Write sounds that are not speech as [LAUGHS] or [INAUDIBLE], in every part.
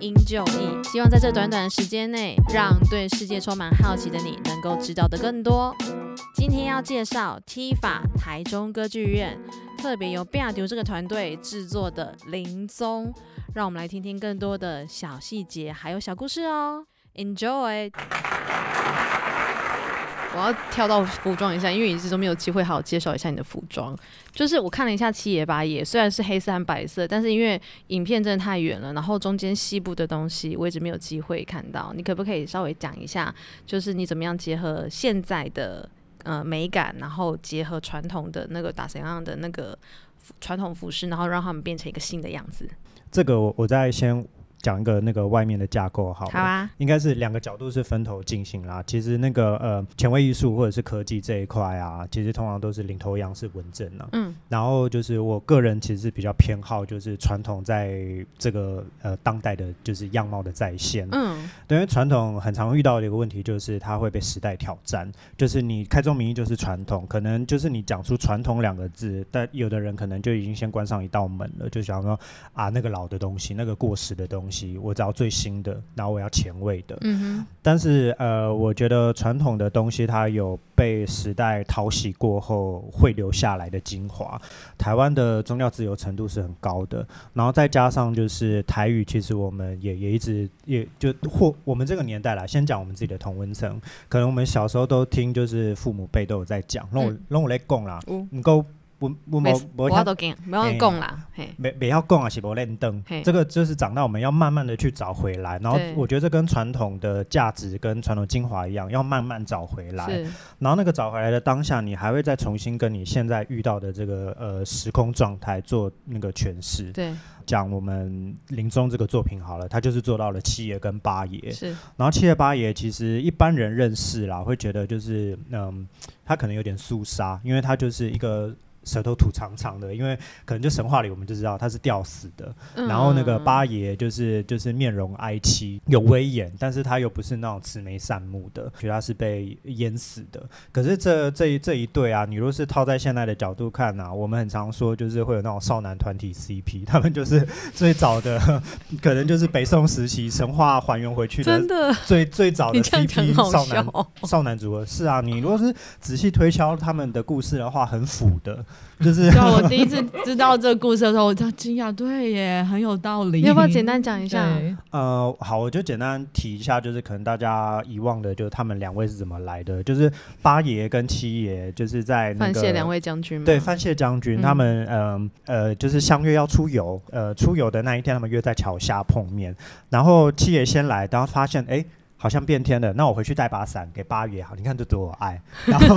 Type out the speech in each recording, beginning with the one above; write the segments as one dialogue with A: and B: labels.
A: 因就义，希望在这短短的时间内，让对世界充满好奇的你能够知道的更多。今天要介绍 T 法台中歌剧院特别由 b i a 这个团队制作的《林宗》，让我们来听听更多的小细节还有小故事哦。Enjoy！
B: 我要跳到服装一下，因为一直都没有机会好好介绍一下你的服装。就是我看了一下七爷八爷，虽然是黑色和白色，但是因为影片真的太远了，然后中间西部的东西我一直没有机会看到。你可不可以稍微讲一下，就是你怎么样结合现在的呃美感，然后结合传统的那个打怎样的那个服传统服饰，然后让他们变成一个新的样子？
C: 这个我我再先讲一个那个外面的架构好了，
B: 好啊，
C: 应该是两个角度是分头进行啦。其实那个呃前卫艺术或者是科技这一块啊，其实通常都是领头羊是文正啊。
B: 嗯，
C: 然后就是我个人其实比较偏好就是传统在这个呃当代的就是样貌的再现。
B: 嗯，
C: 对，因为传统很常遇到的一个问题就是它会被时代挑战，就是你开宗明义就是传统，可能就是你讲出传统两个字，但有的人可能就已经先关上一道门了，就想说啊那个老的东西，那个过时的东西，我只要最新的，然后我要前卫的。
B: 嗯
C: 但是呃，我觉得传统的东西它有被时代淘洗过后会留下来的精华。台湾的宗教自由程度是很高的，然后再加上就是台语，其实我们也也一直也就或我们这个年代啦，先讲我们自己的同温层，可能我们小时候都听，就是父母辈都有在讲，让我
B: 嗯
C: 让我来讲啦，
B: 有
C: 你够我我
B: 没
C: 没
B: 哼，
C: 我哎
B: 我都讲，不要讲啦，嘿，
C: 没没要供啊，是不认灯
B: 嘿。
C: 这个就是长大我们要慢慢的去找回来，然后
B: 对
C: 我觉得这跟传统的价值跟传统精华一样，要慢慢找回来。
B: 是，
C: 然后那个找回来的当下，你还会再重新跟你现在遇到的这个呃时空状态做那个诠释。
B: 对，
C: 讲我们林中这个作品好了，他就是做到了七爷跟八爷，
B: 是，
C: 然后七爷八爷其实一般人认识啦，会觉得就是嗯，他可能有点肃杀，因为他就是一个舌头吐长长的，因为可能就神话里我们就知道他是吊死的。然后那个
B: 嗯
C: 八爷就是就是面容哀戚，有威严，但是他又不是那种慈眉善目的，觉得他是被淹死的。可是这这一这一对啊，你若是套在现在的角度看啊，我们很常说就是会有那种少男团体 CP，他们就是最早的， [LAUGHS] 可能就是北宋时期神话还原回去的
B: 真的，
C: 最最早
B: 你
C: 的
B: 这样讲
C: CP
B: 好
C: 少
B: 笑
C: 男
B: 哦。
C: 少男组合是啊，你如果是仔细推敲他们的故事的话，很腐的，就是
D: 对啊，我第一次知道这个故事的时候，我叫惊讶，对耶，很有道理。
B: 你要不要简单讲一下？
D: 对
C: 呃，好，我就简单提一下，就是可能大家遗忘的，就是他们两位是怎么来的，就是八爷跟七爷，就是在那
B: 范
C: 个
B: 谢两位将军吗？
C: 对，范谢将军
B: 嗯
C: 他们，嗯呃就是相约要出游，呃，出游的那一天，他们约在桥下碰面。然后七爷先来，然后发现，哎，好像变天了，那我回去带把伞给八爷，好，你看这多有爱。然
B: [LAUGHS]
C: 后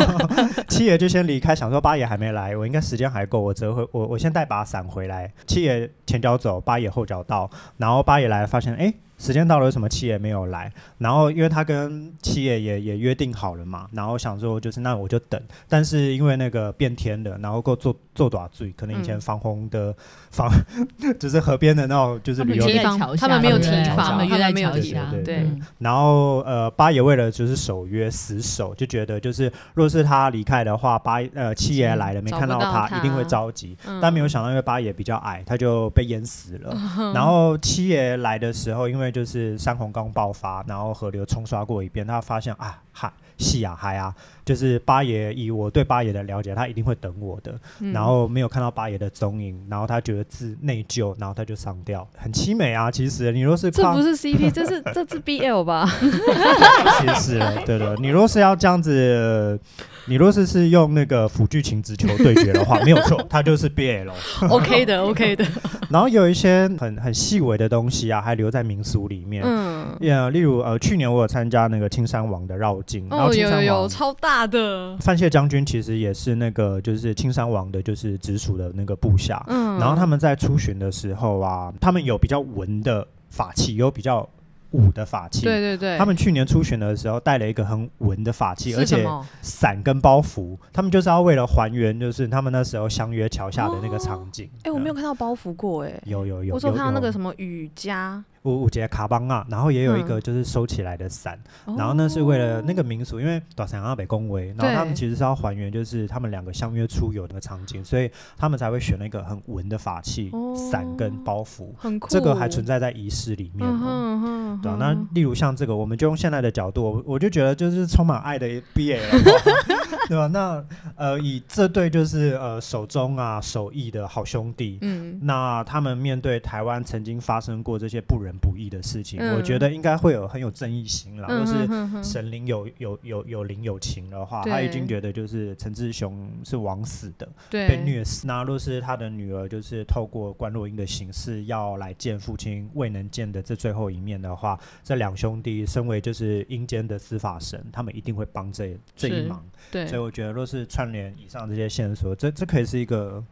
C: 七爷就先离开，想说八爷还没来，我应该时间还够，我折回我我先带把伞回来。七爷前脚走，八爷后脚到，然后八爷来，发现，哎。时间到了，为什么七爷没有来？然后因为他跟七爷也也约定好了嘛，然后想说就是那我就等，但是因为那个变天了，然后够做做短醉，可能以前
B: 嗯
C: 防洪的防、 [LAUGHS] 就是河边的那种就是旅游
B: 提
D: 约
C: 地
D: 在
B: 防
D: 桥
B: 他
D: 下
B: 们没有
D: 对不对
B: 提防
D: 他们约
B: 他
D: 在
B: 们没有
D: 桥
C: 提
D: 下
C: 防，对
B: 对
D: 嗯
C: 然后呃，八爷为了就是守约死守，就觉得就是若是他离开的话，八呃七爷来了
B: 嗯
C: 没
B: 找
C: 看
B: 不
C: 到
B: 到
C: 他，
B: 他
C: 一定会着急。
B: 嗯
C: 但没有想到，因为八爷比较矮，他就被淹死
B: [LAUGHS]
C: 了。然后七爷来的时候，因为就是山洪刚爆发，然后河流冲刷过一遍，他发现啊嗨戏啊嗨啊，就是八爷以我对八爷的了解，他一定会等我的。
B: 嗯
C: 然后没有看到八爷的踪影，然后他觉得自内疚，然后他就上吊，很凄美啊。其实你若是
B: 这
C: 放
B: 不是 CP，这是这是 BL
C: [LAUGHS]
B: 吧？ [LAUGHS]
C: 其实了，对的。你若是要这样子，你若是是用那个辅剧情直球对决的话，
B: [LAUGHS]
C: 没有错，它就是 BL。
B: OK 的，OK 的，
C: 然后有一些很很细微的东西啊，还留在民俗里面。
B: 嗯，
C: 呃，例如呃，去年我有参加那个青山王的绕境，然后
B: 哦，
C: 青
B: 有有
C: 山
B: 有，
C: 王
B: 超大的，
C: 范谢将军其实也是那个就是青山王的，就是直属的那个部下。
B: 嗯，
C: 然后他们在出巡的时候啊，他们有比较文的法器，有比较武的法器。
B: 对对对，
C: 他们去年出巡的时候带了一个很文的法器，而
B: 是什
C: 且
B: 么？
C: 伞跟包袱，他们就是要为了还原，就是他们那时候相约桥下的那个场景。
B: 哎，我没有
C: 嗯。
B: 看到包袱过，哎，
C: 有有有，
B: 我只有
C: 有
B: 看到那个什
C: 么，
B: 么雨夹，
C: 五五节卡邦啊，然后也有一
B: 嗯哦
C: 个就是收起来的伞，然后呢是为了那个民俗，因为短山阿北恭维，然后他们
B: 对
C: 其实是要还原就是他们两个相约出游的那个场景，所以他们才会选那个很文的法器
B: 哦
C: 伞跟包袱，
B: 很酷，
C: 这个还存在在仪式里面
B: 嗯哼
C: 哦。
B: 嗯哼，
C: 对啊，
B: 嗯
C: 那
B: 哼
C: 例如像这个，我们就用现在的角度，我我就觉得就是充满爱的 BL，了 [LAUGHS] 对吧？那呃，以这对就是呃手中啊手艺的好兄弟，
B: 嗯，
C: 那他们面对台湾曾经发生过这些不仁不义的事情，
B: 嗯
C: 我觉得应该会有很有正义心啦。
B: 嗯
C: 就是
B: 哼哼哼
C: 神灵有有有有灵有情的话，
B: 对
C: 他已经觉得就是陈志雄是枉死的，
B: 对
C: 被虐死。那若是他的女儿就是透过关若英的形式要来见父亲未能见的这最后一面的话，这两兄弟身为就是阴间的司法神，他们一定会帮这这一
B: 是
C: 忙。
B: 对，
C: 所以我觉得，若是串联以上这些线索，这这可以是一个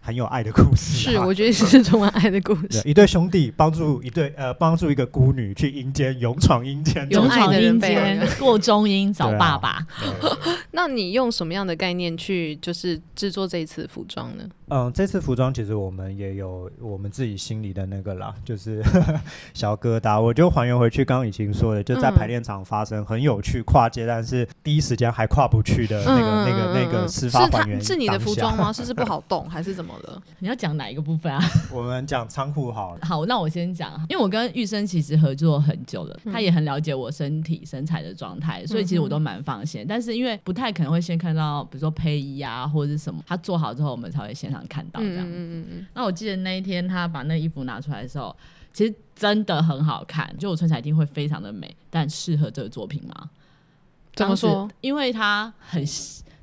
C: 很有爱的故事、啊。
B: 是，我觉得是充满爱的故
C: [LAUGHS] 对
B: 事，
C: 一对兄弟帮助一对呃帮助一个孤女去阴间勇闯阴间，
B: 勇
D: 勇
B: 爱
D: 闯
B: 的人
D: 阴
B: 被爱
D: 间， [LAUGHS] 过中阴找
C: 对啊
D: 爸爸。
C: 对
B: 那你用什么样的概念去就是制作这一次服装呢？
C: [LAUGHS] 嗯，这次服装其实我们也有我们自己心里的那个啦，就是 [LAUGHS] 小疙瘩。我就还原回去刚刚已经说的，就在
B: 嗯
C: 排练场发生很有趣跨界，但是第一时间还跨不去
B: 嗯
C: 的那个、那个那个事
B: 是
C: 发
B: 它
C: 还原
B: 嗯是你的
C: 当
B: 服
C: 下
B: 装？吗？是是不好动还是怎么了？
D: 你要讲哪一个部分啊？
C: 我们讲仓库好了。
D: 好，那我先讲，啊因为我跟玉生其实合作很久了，他也很了解我身体身材的状态，所以其实我都蛮放心。但是因为不太可能会先看到，比如说配衣啊或者是什么，他做好之后我们才会现场看到这
B: 嗯 [LAUGHS]
D: 样。
B: 嗯嗯
D: 那我记得那一天他把那衣服拿出来的时候，其实真的很好看，就我穿起来一定会非常的美，但适合这个作品吗？
B: 怎么说
D: 当时？因为它很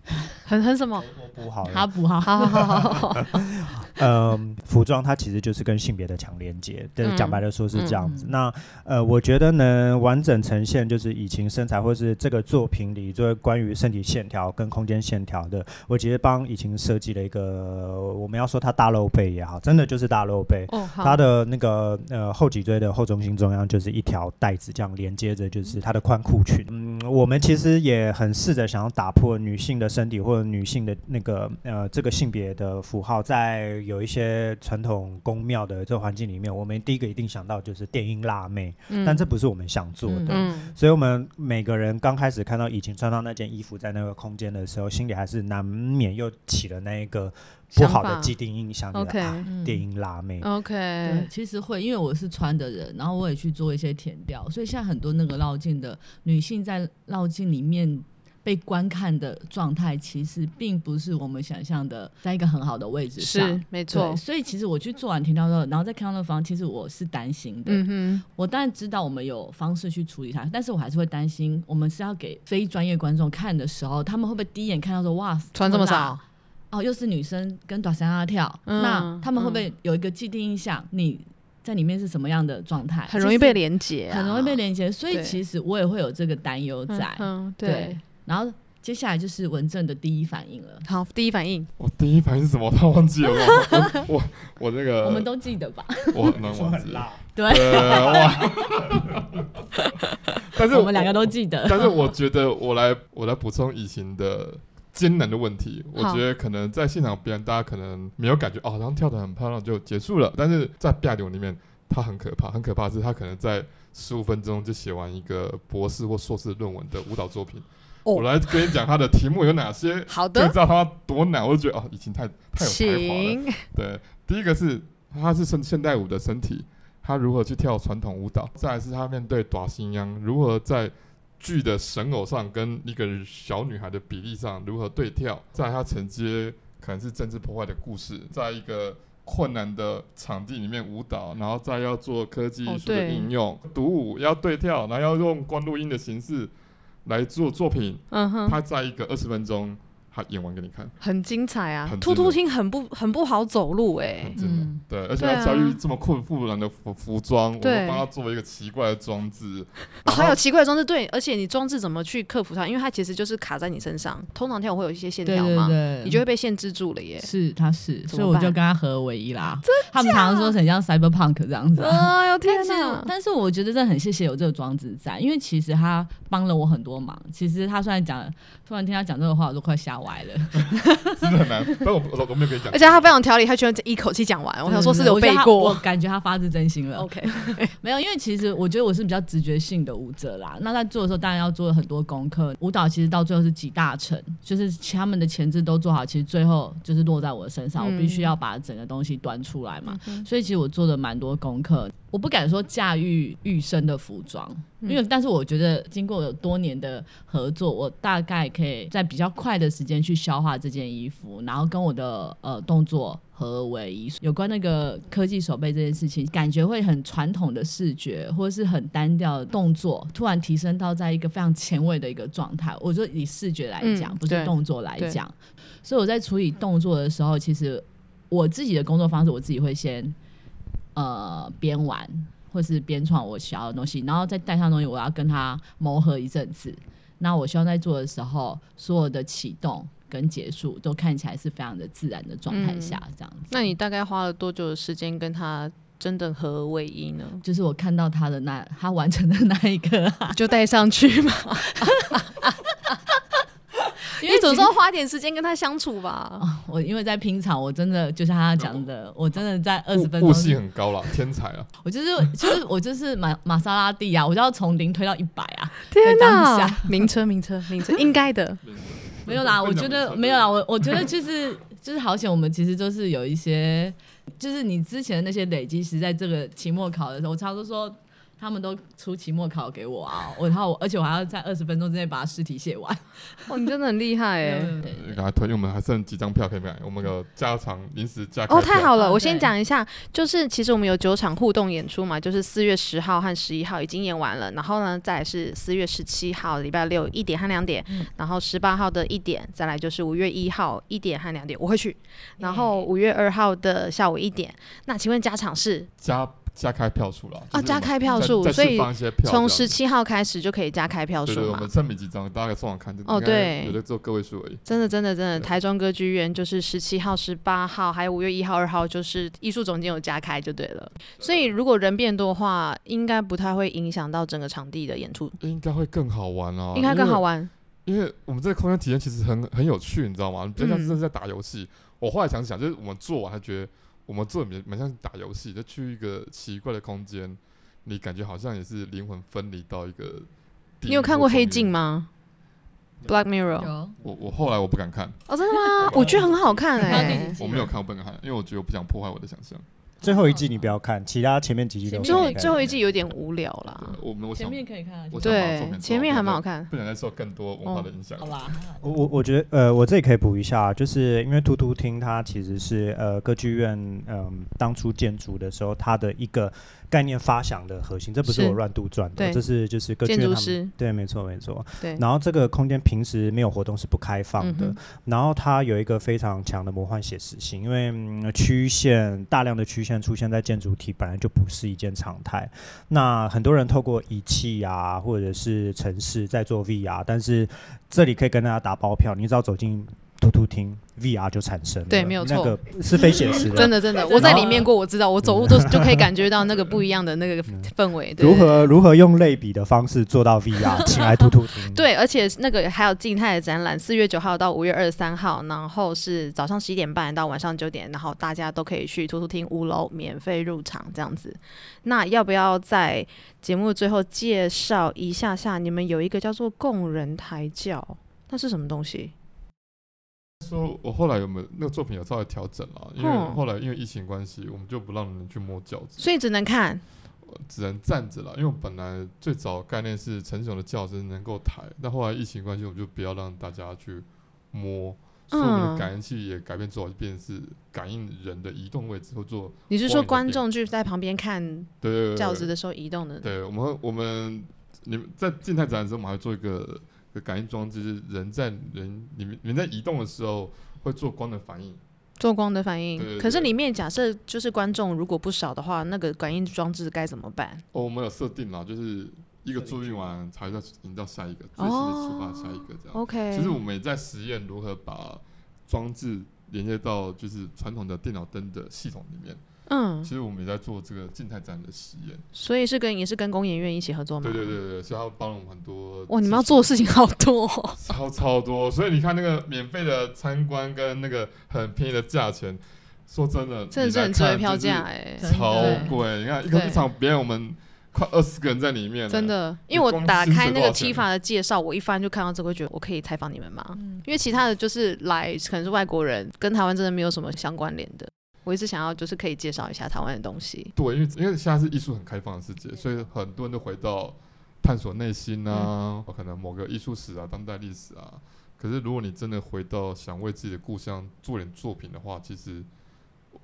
B: 嗯，很很什
C: [LAUGHS]
B: 么？
C: 我补好了，
D: 它不好，
B: 好好好好好好，
C: 嗯，服装它其实就是跟性别的强连接，但是
B: 嗯
C: 讲白的说是这样子。那呃，我觉得能完整呈现就是以晴身材，或是这个作品里就是关于身体线条跟空间线条的，我其实帮以晴设计了一个，呃我们要说它大露背也好，真的就是大露背。
B: 哦好，
C: 它的那个呃后脊椎的后中心中央就是一条带子，这样连接着就是它的宽裤裙。嗯，我们其实也很试着想要打破女性的身体或者女性的那个呃这个性别的符号，在有一些传统宫庙的这个环境里面，我们第一个一定想到就是电音辣妹，
B: 嗯
C: 但这不是我们想做的。
B: 嗯
C: 所以，我们每个人刚开始看到以前穿到那件衣服在那个空间的时候，心里还是难免又起了那一个不好
B: 想
C: 的
B: 法
C: 既定印象，觉得
B: OK
C: 啊
D: 嗯
C: 电音辣妹。
D: 对，
B: OK，
D: 其实会，因为我是穿的人，然后我也去做一些填调，所以现在很多那个绕境的女性在绕境里面被观看的状态，其实并不是我们想象的在一个很好的位置上。
B: 是没
D: 对，
B: 错，
D: 所以其实我去做完填调之后，然后再看到那方，其实我是担心的。
B: 嗯
D: 我当然知道我们有方式去处理它，但是我还是会担心，我们是要给非专业观众看的时候，他们会不会第一眼看到说哇
B: 哼，穿这么
D: 大
B: 少，
D: 哦，又是女生跟短三阿跳，
B: 嗯
D: 那他们会不会有一个既定印象？你在里面是什么样的状态？
B: 很容易被
D: 其
B: 连接啊，
D: 实很容易被连接，所以
B: 对
D: 其实我也会有这个担忧在。
B: 嗯，嗯对
D: 对，然后接下来就是文正的第一反应了，
B: 好，第一反应，
E: 我第一反应是什么？他
D: [LAUGHS]
E: 忘记了，我我我那个
D: 我们都记得吧？
E: 我很难忘记，
D: 对，
E: 呃哇！ [LAUGHS] 但是
D: 我们两个都记得。
E: 但是我觉得我来我来补充以前的艰难的问题，我
B: 好
E: 觉得可能在现场表演大家可能没有感觉哦，好像跳得很漂亮就结束了，但是在表演里面它很可怕，很可怕的是它可能在十五分钟就写完一个博士或硕士论文的舞蹈作品。
B: 哦
E: 我来跟你讲它的题目有哪些，
B: 好
E: 就
B: 的
E: 知，道它多难。我就觉得哦，以前太太有才华了。
B: 请，
E: 对，第一个是他是现现代舞的身体，他如何去跳传统舞蹈；再来是他面对短新央，如何在剧的神偶上跟一个小女孩的比例上如何对跳；再来他承接可能是政治破坏的故事，在一个困难的场地里面舞蹈，然后再要做科技
B: 哦
E: 艺术的
B: 对
E: 应用，独、舞要对跳，然后要用关录音的形式来做作品。
B: 嗯哼，
E: 他在一个二十分钟，他演完给你看。
B: 很精彩啊
E: 很，
B: 突
E: 真
B: 突
E: 的
B: 听很不很不好走路哎，
E: 嗯
D: 嗯，
E: 对，而且
B: 对啊
E: 他遭遇这么困复然的服服装，我
B: 对
E: 们帮他做了一个奇怪的装置， [LAUGHS]
B: 哦，
E: 然后
B: 还有奇怪的装置，对，而且你装置怎么去克服它？因为它其实就是卡在你身上，通常跳舞会有一些线
D: 对
B: 条
D: 对
B: 嘛，
D: 对，
B: 你就会被限制住了耶。
D: 是他是，
B: 怎么
D: 所以我就
B: 办
D: 跟他合为一啦。他们常常说很像 cyberpunk 这样子啊、
B: [LAUGHS] 哎呦天
D: 但是
B: 哪，！
D: 但是我觉得这很谢谢有这个装置在，因为其实他帮了我很多忙。其实他虽然讲，突然听他讲这个话，我都快吓歪了。
E: 真的很难。 [LAUGHS] 但我我我没有跟你讲，
B: 而且他非常条理，他居然一口气讲完。嗯我想说，是有背
D: 觉得他我
B: 过。
D: 感觉他发自真心了。
B: OK，
D: 没有，因为其实我觉得我是比较直觉性的舞者啦。那在做的时候，当然要做很多功课。舞蹈其实到最后是集大成，就是他们的前置都做好，其实最后就是落在我的身上，
B: 嗯
D: 我必须要把整个东西端出来嘛。所以其实我做的蛮多功课，我不敢说驾驭玉生的服装，
B: 嗯
D: 因为但是我觉得经过有多年的合作，我大概可以在比较快的时间去消化这件衣服，然后跟我的呃动作合而为一。有关那个科技手背这件事情，感觉会很传统的视觉或者是很单调的动作，突然提升到在一个非常前卫的一个状态。我说以视觉来讲，
B: 嗯
D: 不是
B: 对
D: 动作来
B: 对
D: 讲，所以我在处理动作的时候，其实我自己的工作方式，我自己会先呃边玩或是边创我想要的东西，然后再带上东西，我要跟它磨合一阵子。那我希望在做的时候，所有的启动跟结束都看起来是非常的自然的状态下，这样
B: [LAUGHS]
D: 子。
B: 嗯那你大概花了多久的时间跟他真的合而为一呢？
D: 就是我看到他的那他完成的那一刻、
B: [LAUGHS]
D: 啊，
B: 就带上去 [LAUGHS] 嘛，
D: 因
B: 你总是要花点时间跟他相处吧。
D: 我因为在拼场，我真的就像他讲
B: 哦
D: 的，我真的在二十分
E: 悟
D: 钟
E: 悟，性很高啦，天才啊！
D: 我就是就是我就是玛玛莎拉蒂啊，我就要从零推到一百啊，
B: [LAUGHS] 天
D: 哪
B: 哪！ [LAUGHS] 名车，名车，名车，应该的。
D: [LAUGHS] 没有啦，我觉得没有啦，我我觉
C: [LAUGHS]
D: 得就是就是好险，我们其实都是有一些，就是你之前的那些累积，是在这个期末考的时候，我常常都说他们都出期末考给我啊，我然后我而且我还要在二十分钟之内把试题写完。
B: [LAUGHS] 哦，你真的很厉害哎。
D: 对
E: 呃给他推，因为我们还剩几张票可以买，我们有加长临时加开
B: 哦，太
E: 票
B: 好了！
D: 哦
B: 我先
D: 对
B: 讲一下，就是其实我们有九场互动演出嘛，就是四月十号和十一号已经演完了，然后呢，再来是四月十七号礼拜六一点和两点，然后十八号的一点，再来就是五月一号一点和两点我会去，然后五月二号的下午一点。那请问加场是
E: 加加开票数了
B: 啊，加开票数，所以从十七号开始就可以加开票
E: 对
B: 数
E: 对，我
B: 嘛
E: 们。剩没几张，大家上网看。
B: 哦
E: 应该
B: 对
E: 有的只有个位数而已。
B: 真的，真的，真的，
E: 对
B: 台中歌剧院就是十七号、十八号，还有五月一号、二号，就是艺术总监有加开就对了。所以如果人变多的话，应该不太会影响到整个场地的演出，
E: 应该会更好玩哦，
B: 应该更好玩。
E: 因为，因为我们这个空间体验其实很很有趣，你知道吗？比较
B: 嗯
E: 像真的在打游戏。我后来想想，就是我们做完还觉得我们做的蛮蛮像打游戏，就去一个奇怪的空间，你感觉好像也是灵魂分离到一个地狱或公园。
B: 你有看过《黑镜》吗？Black Mirror
D: 有
E: 我我后来我不敢看，
B: 哦，真的吗？我觉得很好看
D: 你看
B: 哎、
D: 到第几集
E: 我没有看过不敢看，因为我觉得我不想破坏我的想象。
C: 最后一季你不要看，其他前面几季都
D: 前面
B: 最后
C: 可以看
B: 最后一季有点无聊
E: 对
B: 啦，
E: 我们我
D: 前
E: 想
D: 面可以看啊，
E: 我想把它做
B: 对
E: 成，
B: 前面还蛮好看。
E: 不想再受更多文化的影响
B: 哦
D: 好。吧，
C: 我我我觉得呃，我这里可以补一下，就是因为突突厅它其实是呃歌剧院嗯、当初建筑的时候它的一个概念发想的核心，这不是
B: 是
C: 我乱杜撰的，
B: 对
C: 这是就是歌剧
B: 建
C: 院
B: 筑
C: 他们
B: 师
C: 对，没错没错。
B: 对，
C: 然后这个空间平时没有活动是不开放的，
B: 嗯哼
C: 然后它有一个非常强的魔幻写实性，因为、嗯曲线大量的曲线出现在建筑体本来就不是一件常态。那很多人透过仪器啊，或者是城市在做 VR，但是这里可以跟大家打包票，你只要走进突突厅，VR 就产生了，
B: 对没有错
C: 那个是非写实的，
B: [LAUGHS] 真的真的，我在里面过，我知道，我走路都就可以感觉到那个不一样的那个氛围。对
C: 如何如何用类比的方式做到
B: [LAUGHS]
C: VR，请来突突厅。
B: 对，而且那个还有静态的展览，四月九号到五月二十三号，然后是早上十一点半到晚上九点，然后大家都可以去图书厅五楼免费入场这样子。那要不要在节目最后介绍一下下？你们有一个叫做供人抬轿，那是什么东西？
E: 说我后来有没有那个作品有稍微调整了，因为
B: 嗯
E: 后来因为疫情关系，我们就不让人去摸轿子，
B: 所以只能看
E: 只能站着了。因为我本来最早概念是陈雄的轿子能够抬，但后来疫情关系，我们就不要让大家去摸。所以我们
B: 嗯
E: 的感应器也改变做法，就变成是感应人的移动位置，或做
B: 你是说
E: 望远
B: 观
E: 镜
B: 众就在旁边看
E: 对对对对
B: 轿子的时候移动的？
E: 对，我们我们你们在静态展览的时候，我们还做一个一个感应装置，就是人在人你们人在移动的时候会做光的反应，
B: 做光的反应，
E: 对对
B: 可是
E: 对
B: 里面假设就是观众如果不少的话，那个感应装置该怎么办？
E: 哦，我们有设定啦，就是一个注意完才再营造下一个，最新的出发下一个这样。
B: OK，
E: 其实我们也在实验如何把装置连接到就是传统的电脑灯的系统里面，
B: 嗯
E: 其，实我们也在做这个静态展的实验。
B: 所以是跟也是跟工研院一起合作吗？
E: 对对对对对，所以他帮了我嗯们很多。
B: 哇，你们要做的事情好多、
E: [LAUGHS]
B: 哦，
E: 超超多，所以你看那个免费的参观跟那个很便宜的价钱，说真的，
B: 真的是很
E: 你来
B: 值回
E: 看
B: 票
E: 就是
B: 价哎、
D: 真的
E: 超贵。你看一个
B: 对
E: 一场表演，我们快二十个人在里面，
B: 真。的，因为我打开那个 Tifa 的介绍，我一翻就看到这个，会觉得我可以采访你们吗？因为其他的就是来可能是外国人，跟台湾真的没有什么相关联的。我一直想要就是可以介绍一下台湾的东西，
E: 对，因为因为现在是艺术很开放的世界，所以很多人都回到探索内心啊，可能某个艺术史啊、当代历史啊。可是如果你真的回到想为自己的故乡做点作品的话，其实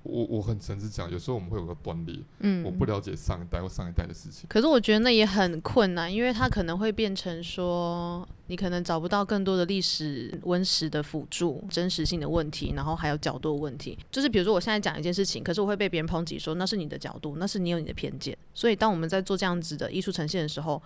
E: 我我很诚实讲，有时候我们会有个断裂，
B: 嗯
E: 我不了解上一代或上一代的事情。
B: 可是我觉得那也很困难，因为它可能会变成说，你可能找不到更多的历史温实的辅助、真实性的问题，然后还有角度的问题。就是比如说我现在讲一件事情，可是我会被别人抨击说那是你的角度，那是你有你的偏见。所以当我们在做这样子的艺术呈现的时候，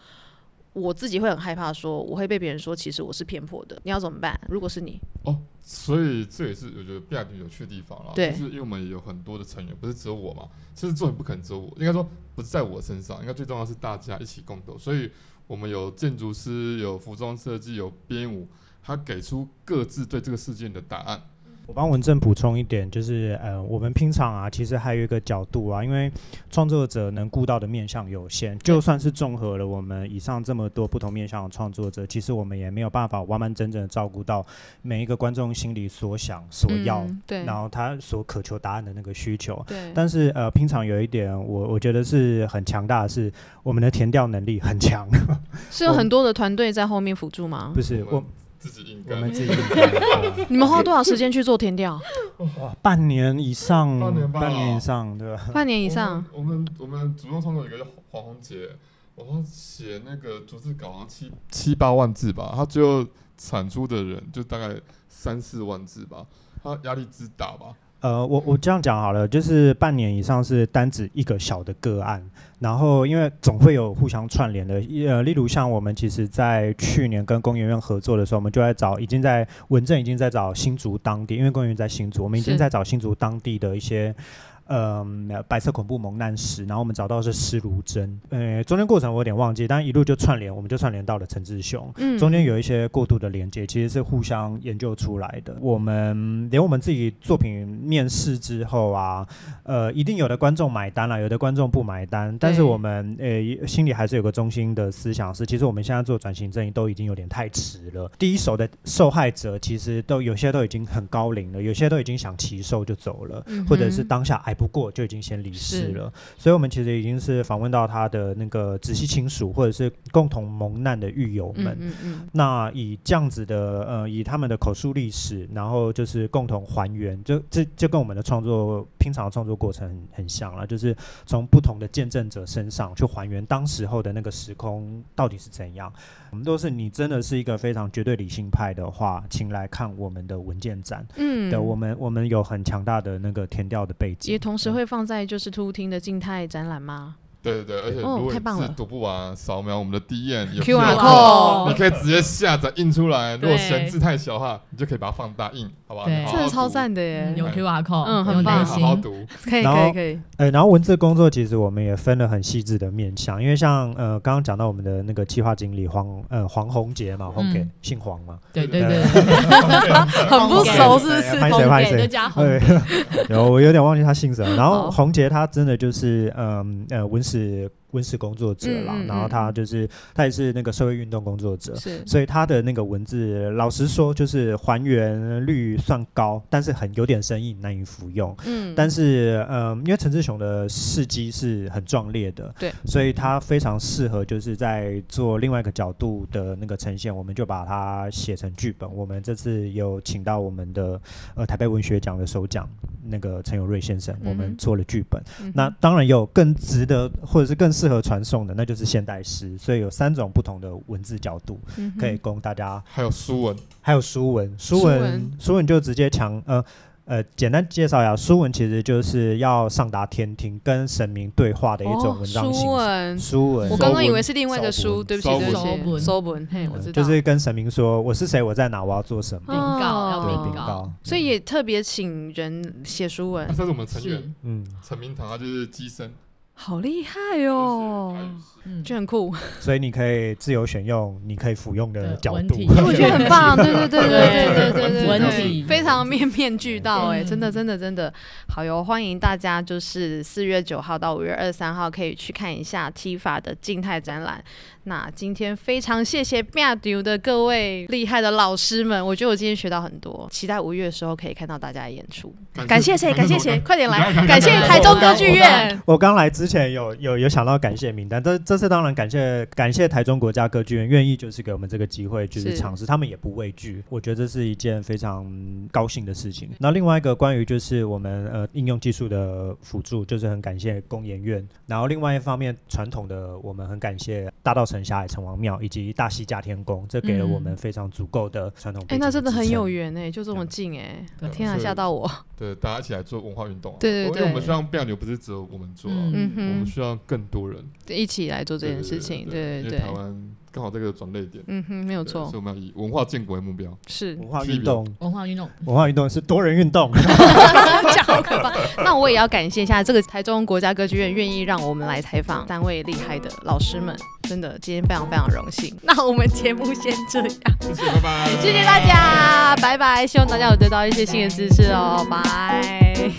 B: 我自己会很害怕说我会被别人说其实我是偏颇的，你要怎么办？如果是你，
E: 哦，所以这也是我觉得比亚迪有趣的地方啦，
B: 对
E: 就是因为我们也有很多的成员，不是只有我嘛，其实作品不可能只有我，应该说不是在我身上，应该最重要是大家一起共斗，所以我们有建筑师，有服装设计，有编舞，他给出各自对这个事件的答案，
C: 我帮文正补充一点，就是呃，我们平常啊，其实还有一个角度啊，因为创作者能顾到的面向有限，就算是综合了我们以上这么多不同面向的创作者，其实我们也没有办法完完整整的照顾到每一个观众心里所想、所要，
B: 嗯对
C: 然后他所渴求答案的那个需求。
B: 对
C: 但是呃，平常有一点我我觉得是很强大的是，我们的填调能力很强， [LAUGHS]
B: 是有很多的团队在后面辅助吗
C: 不？是
E: 我
C: 我
E: 们自己应
C: 我
B: 嗯
E: 该
C: 们自己
E: [LAUGHS]
C: 呃
B: 你们花多少时间去做填
C: [LAUGHS]
B: 调？
C: 哇半年以上，
E: 半年吧
C: 半年以上，对吧？
B: 半年以上，
E: 我们我们我们主动创作有一个叫黄宏杰，我好像写那个逐字稿好像七七八万字吧，他最后产出的人就大概三四万字吧，他压力之大吧。
C: 呃，我我这样讲好了，就是半年以上是单指一个小的个案，然后因为总会有互相串联的，呃，例如像我们其实，在去年跟工研院合作的时候，我们就在找已经在文正已经在找新竹当地，因为工研院在新竹，我们已经
B: 是
C: 在找新竹当地的一些。嗯，白色恐怖蒙难史，然后我们找到的是施如珍，呃，中间过程我有点忘记，但一路就串联，我们就串联到了陈志雄，
B: 嗯
C: 中间有一些过度的连接，其实是互相研究出来的。我们连我们自己作品面试之后啊，呃，一定有的观众买单了，有的观众不买单，但是我们呃心里还是有个中心的思想是，其实我们现在做转型正义都已经有点太迟了。第一手的受害者其实都有些都已经很高龄了，有些都已经想骑售就走了。
B: 嗯哼
C: 或者是当下挨不过就已经先离世
B: 是
C: 了，所以我们其实已经是访问到他的那个直系亲属或者是共同蒙难的狱友们
B: 嗯，嗯嗯，
C: 那以这样子的呃，以他们的口述历史，然后就是共同还原，就这就跟我们的创作平常的创作过程很很像了，就是从不同的见证者身上去还原当时候的那个时空到底是怎样。我们都是你真的是一个非常绝对理性派的话，请来看我们的文件展。
B: 嗯
C: 对，我们我们有很强大的那个填调的背景，
B: 也同时会放在就是突听的静态展览吗？
E: 对对对，而且
B: 哦
E: 如果
B: 太
E: 你
B: 棒
E: 字
B: 了
E: 读不完，扫描我们的 D N 有
B: QR
D: 哦
B: code
E: 你可以直接下载印出来。如果
D: 对
E: 嫌字太小的话，你就可以把它放大印，好吧？
D: 对
E: 你好好
B: 真的超
E: 读
B: 赞的耶
D: 哦嗯！有
E: 哎
D: QR code，
B: 嗯
D: 有
B: 很棒
D: 耐
E: 好
D: 心
E: 好，读。
B: 可以
C: 然
B: 可以
C: 后
B: 可以，
C: 呃，然后文字工作其实我们也分了很细致的面向，因为像呃刚刚讲到我们的那个企划经理黄呃黄宏杰嘛，红给、
D: 嗯
C: 姓黄嘛，
D: 对对
C: 对
D: 对，
B: [LAUGHS] 很不熟是不是？
C: [LAUGHS] 拍谁拍
D: 给就
C: 谁，
D: 加红
C: 对， [LAUGHS] 有我有点忘记他姓什么。然
B: 好
C: 后洪杰他真的就是嗯呃文史文史工作者啦，
B: 嗯嗯
C: 然后他就是他也是那个社会运动工作者，
B: 是
C: 所以他的那个文字，老实说就是还原率算高，但是很有点生硬，难以服用。
B: 嗯，
C: 但是，嗯，因为陈志雄的事迹是很壮烈的，
B: 对，
C: 所以他非常适合就是在做另外一个角度的那个呈现，我们就把它写成剧本。我们这次有请到我们的呃台北文学奖的首奖那个陈友瑞先生，我
B: 嗯
C: 们
B: 哼
C: 做了剧本。
B: 嗯
C: 那当然也有更值得或者是更适合传送的，那就是现代诗。所以有三种不同的文字角度
B: 嗯哼
C: 可以供大家
E: 还有书文，
C: 还有书文，书
B: 书
C: 文，
B: 文
C: 书文就直接强呃，呃，简单介绍一下，书文其实就是要上达天庭，跟神明对话的一种文章
B: 哦、
C: 形
B: 书
C: 式。
B: 文，
C: 书文，
B: 我刚刚以为是另外一个
C: 搜
B: 书，
C: 文
B: 对不起，
E: 搜
B: 对
D: 文
B: 不起，搜文，嘿，我
C: 呃
B: 知道，
C: 就是跟神明说我是谁，我在哪，我要做什么。
D: 禀告要
C: 对，
B: 哦
C: 禀
D: 禀告，
C: 告。
B: 所以也特别请人写书文
E: 啊，这是我们成
D: 是
E: 员，
C: 嗯，
E: 陈明堂，他就是机身，
B: 好厉害
E: 哦，
B: 哦，
D: 嗯，
B: 就很酷，
C: 所以你可以自由选用你可以服用的
D: 对
C: 角
D: 文
C: 度。
D: 体
B: 我觉得很棒，对对对对对对对对，
D: 文
B: 对
D: 体
B: 非常面面俱到哎、
D: 嗯
B: 真的真的真的好哟！欢迎大家就是四月九号到五月二十三号可以去看一下 T 法的静态展览。那今天非常谢谢 b i a 的各位厉害的老师们，我觉得我今天学到很多，期待五月的时候可以看到大家的演出。感谢谁？感谢谁？？ [LAUGHS] 快点来！感谢台中歌剧院。
C: 我刚来之前有有有想到感谢名单，这这次当然感谢感谢台中国家歌剧院愿意就是给我们这个机会，就是
B: 是
C: 尝试，他们也不畏惧，我觉得这是一件非常高兴的事情。那另外一个关于就是我们呃应用技术的辅助，就是很感谢工研院，然后另外一方面传统的我们很感谢大道城、霞海城隍庙以及大溪架天宫，这给了我们非常足够的传统背
B: 哎、
C: 景
B: 嗯那真的很
C: 支撑
B: 有缘哎、就这么近哎、
D: 对
B: 天啊，
E: 嗯是
B: 吓到我！
E: 对，大家一起来做文化运动啊！
B: 对对
E: 因为
B: 对
E: 我们希望变牛不是只有我们做啊，
D: 嗯
B: 嗯
E: 我们
B: 哼，
E: 需要更多人
B: 一起来做这
E: 对
B: 件事情，对对
E: 因为
B: 对
E: 台，湾刚好这个转捩点，
B: 嗯哼，没有
E: 没
B: 错
E: 所以，我们要以文化建国为目标。
B: 是 [LAUGHS]
C: 文化运动，
D: 文化运动，
C: 文化运动是多人运动。
B: 讲好可怕。那我也要感谢一下这个台中国家歌剧院愿意让我们来采访三位厉害的老师们，真的今天非常非常荣幸。那我们节目先这样，
E: 谢谢，拜拜，
B: 谢谢大。家，拜拜！希望大家有得到一些新的知识哦，拜。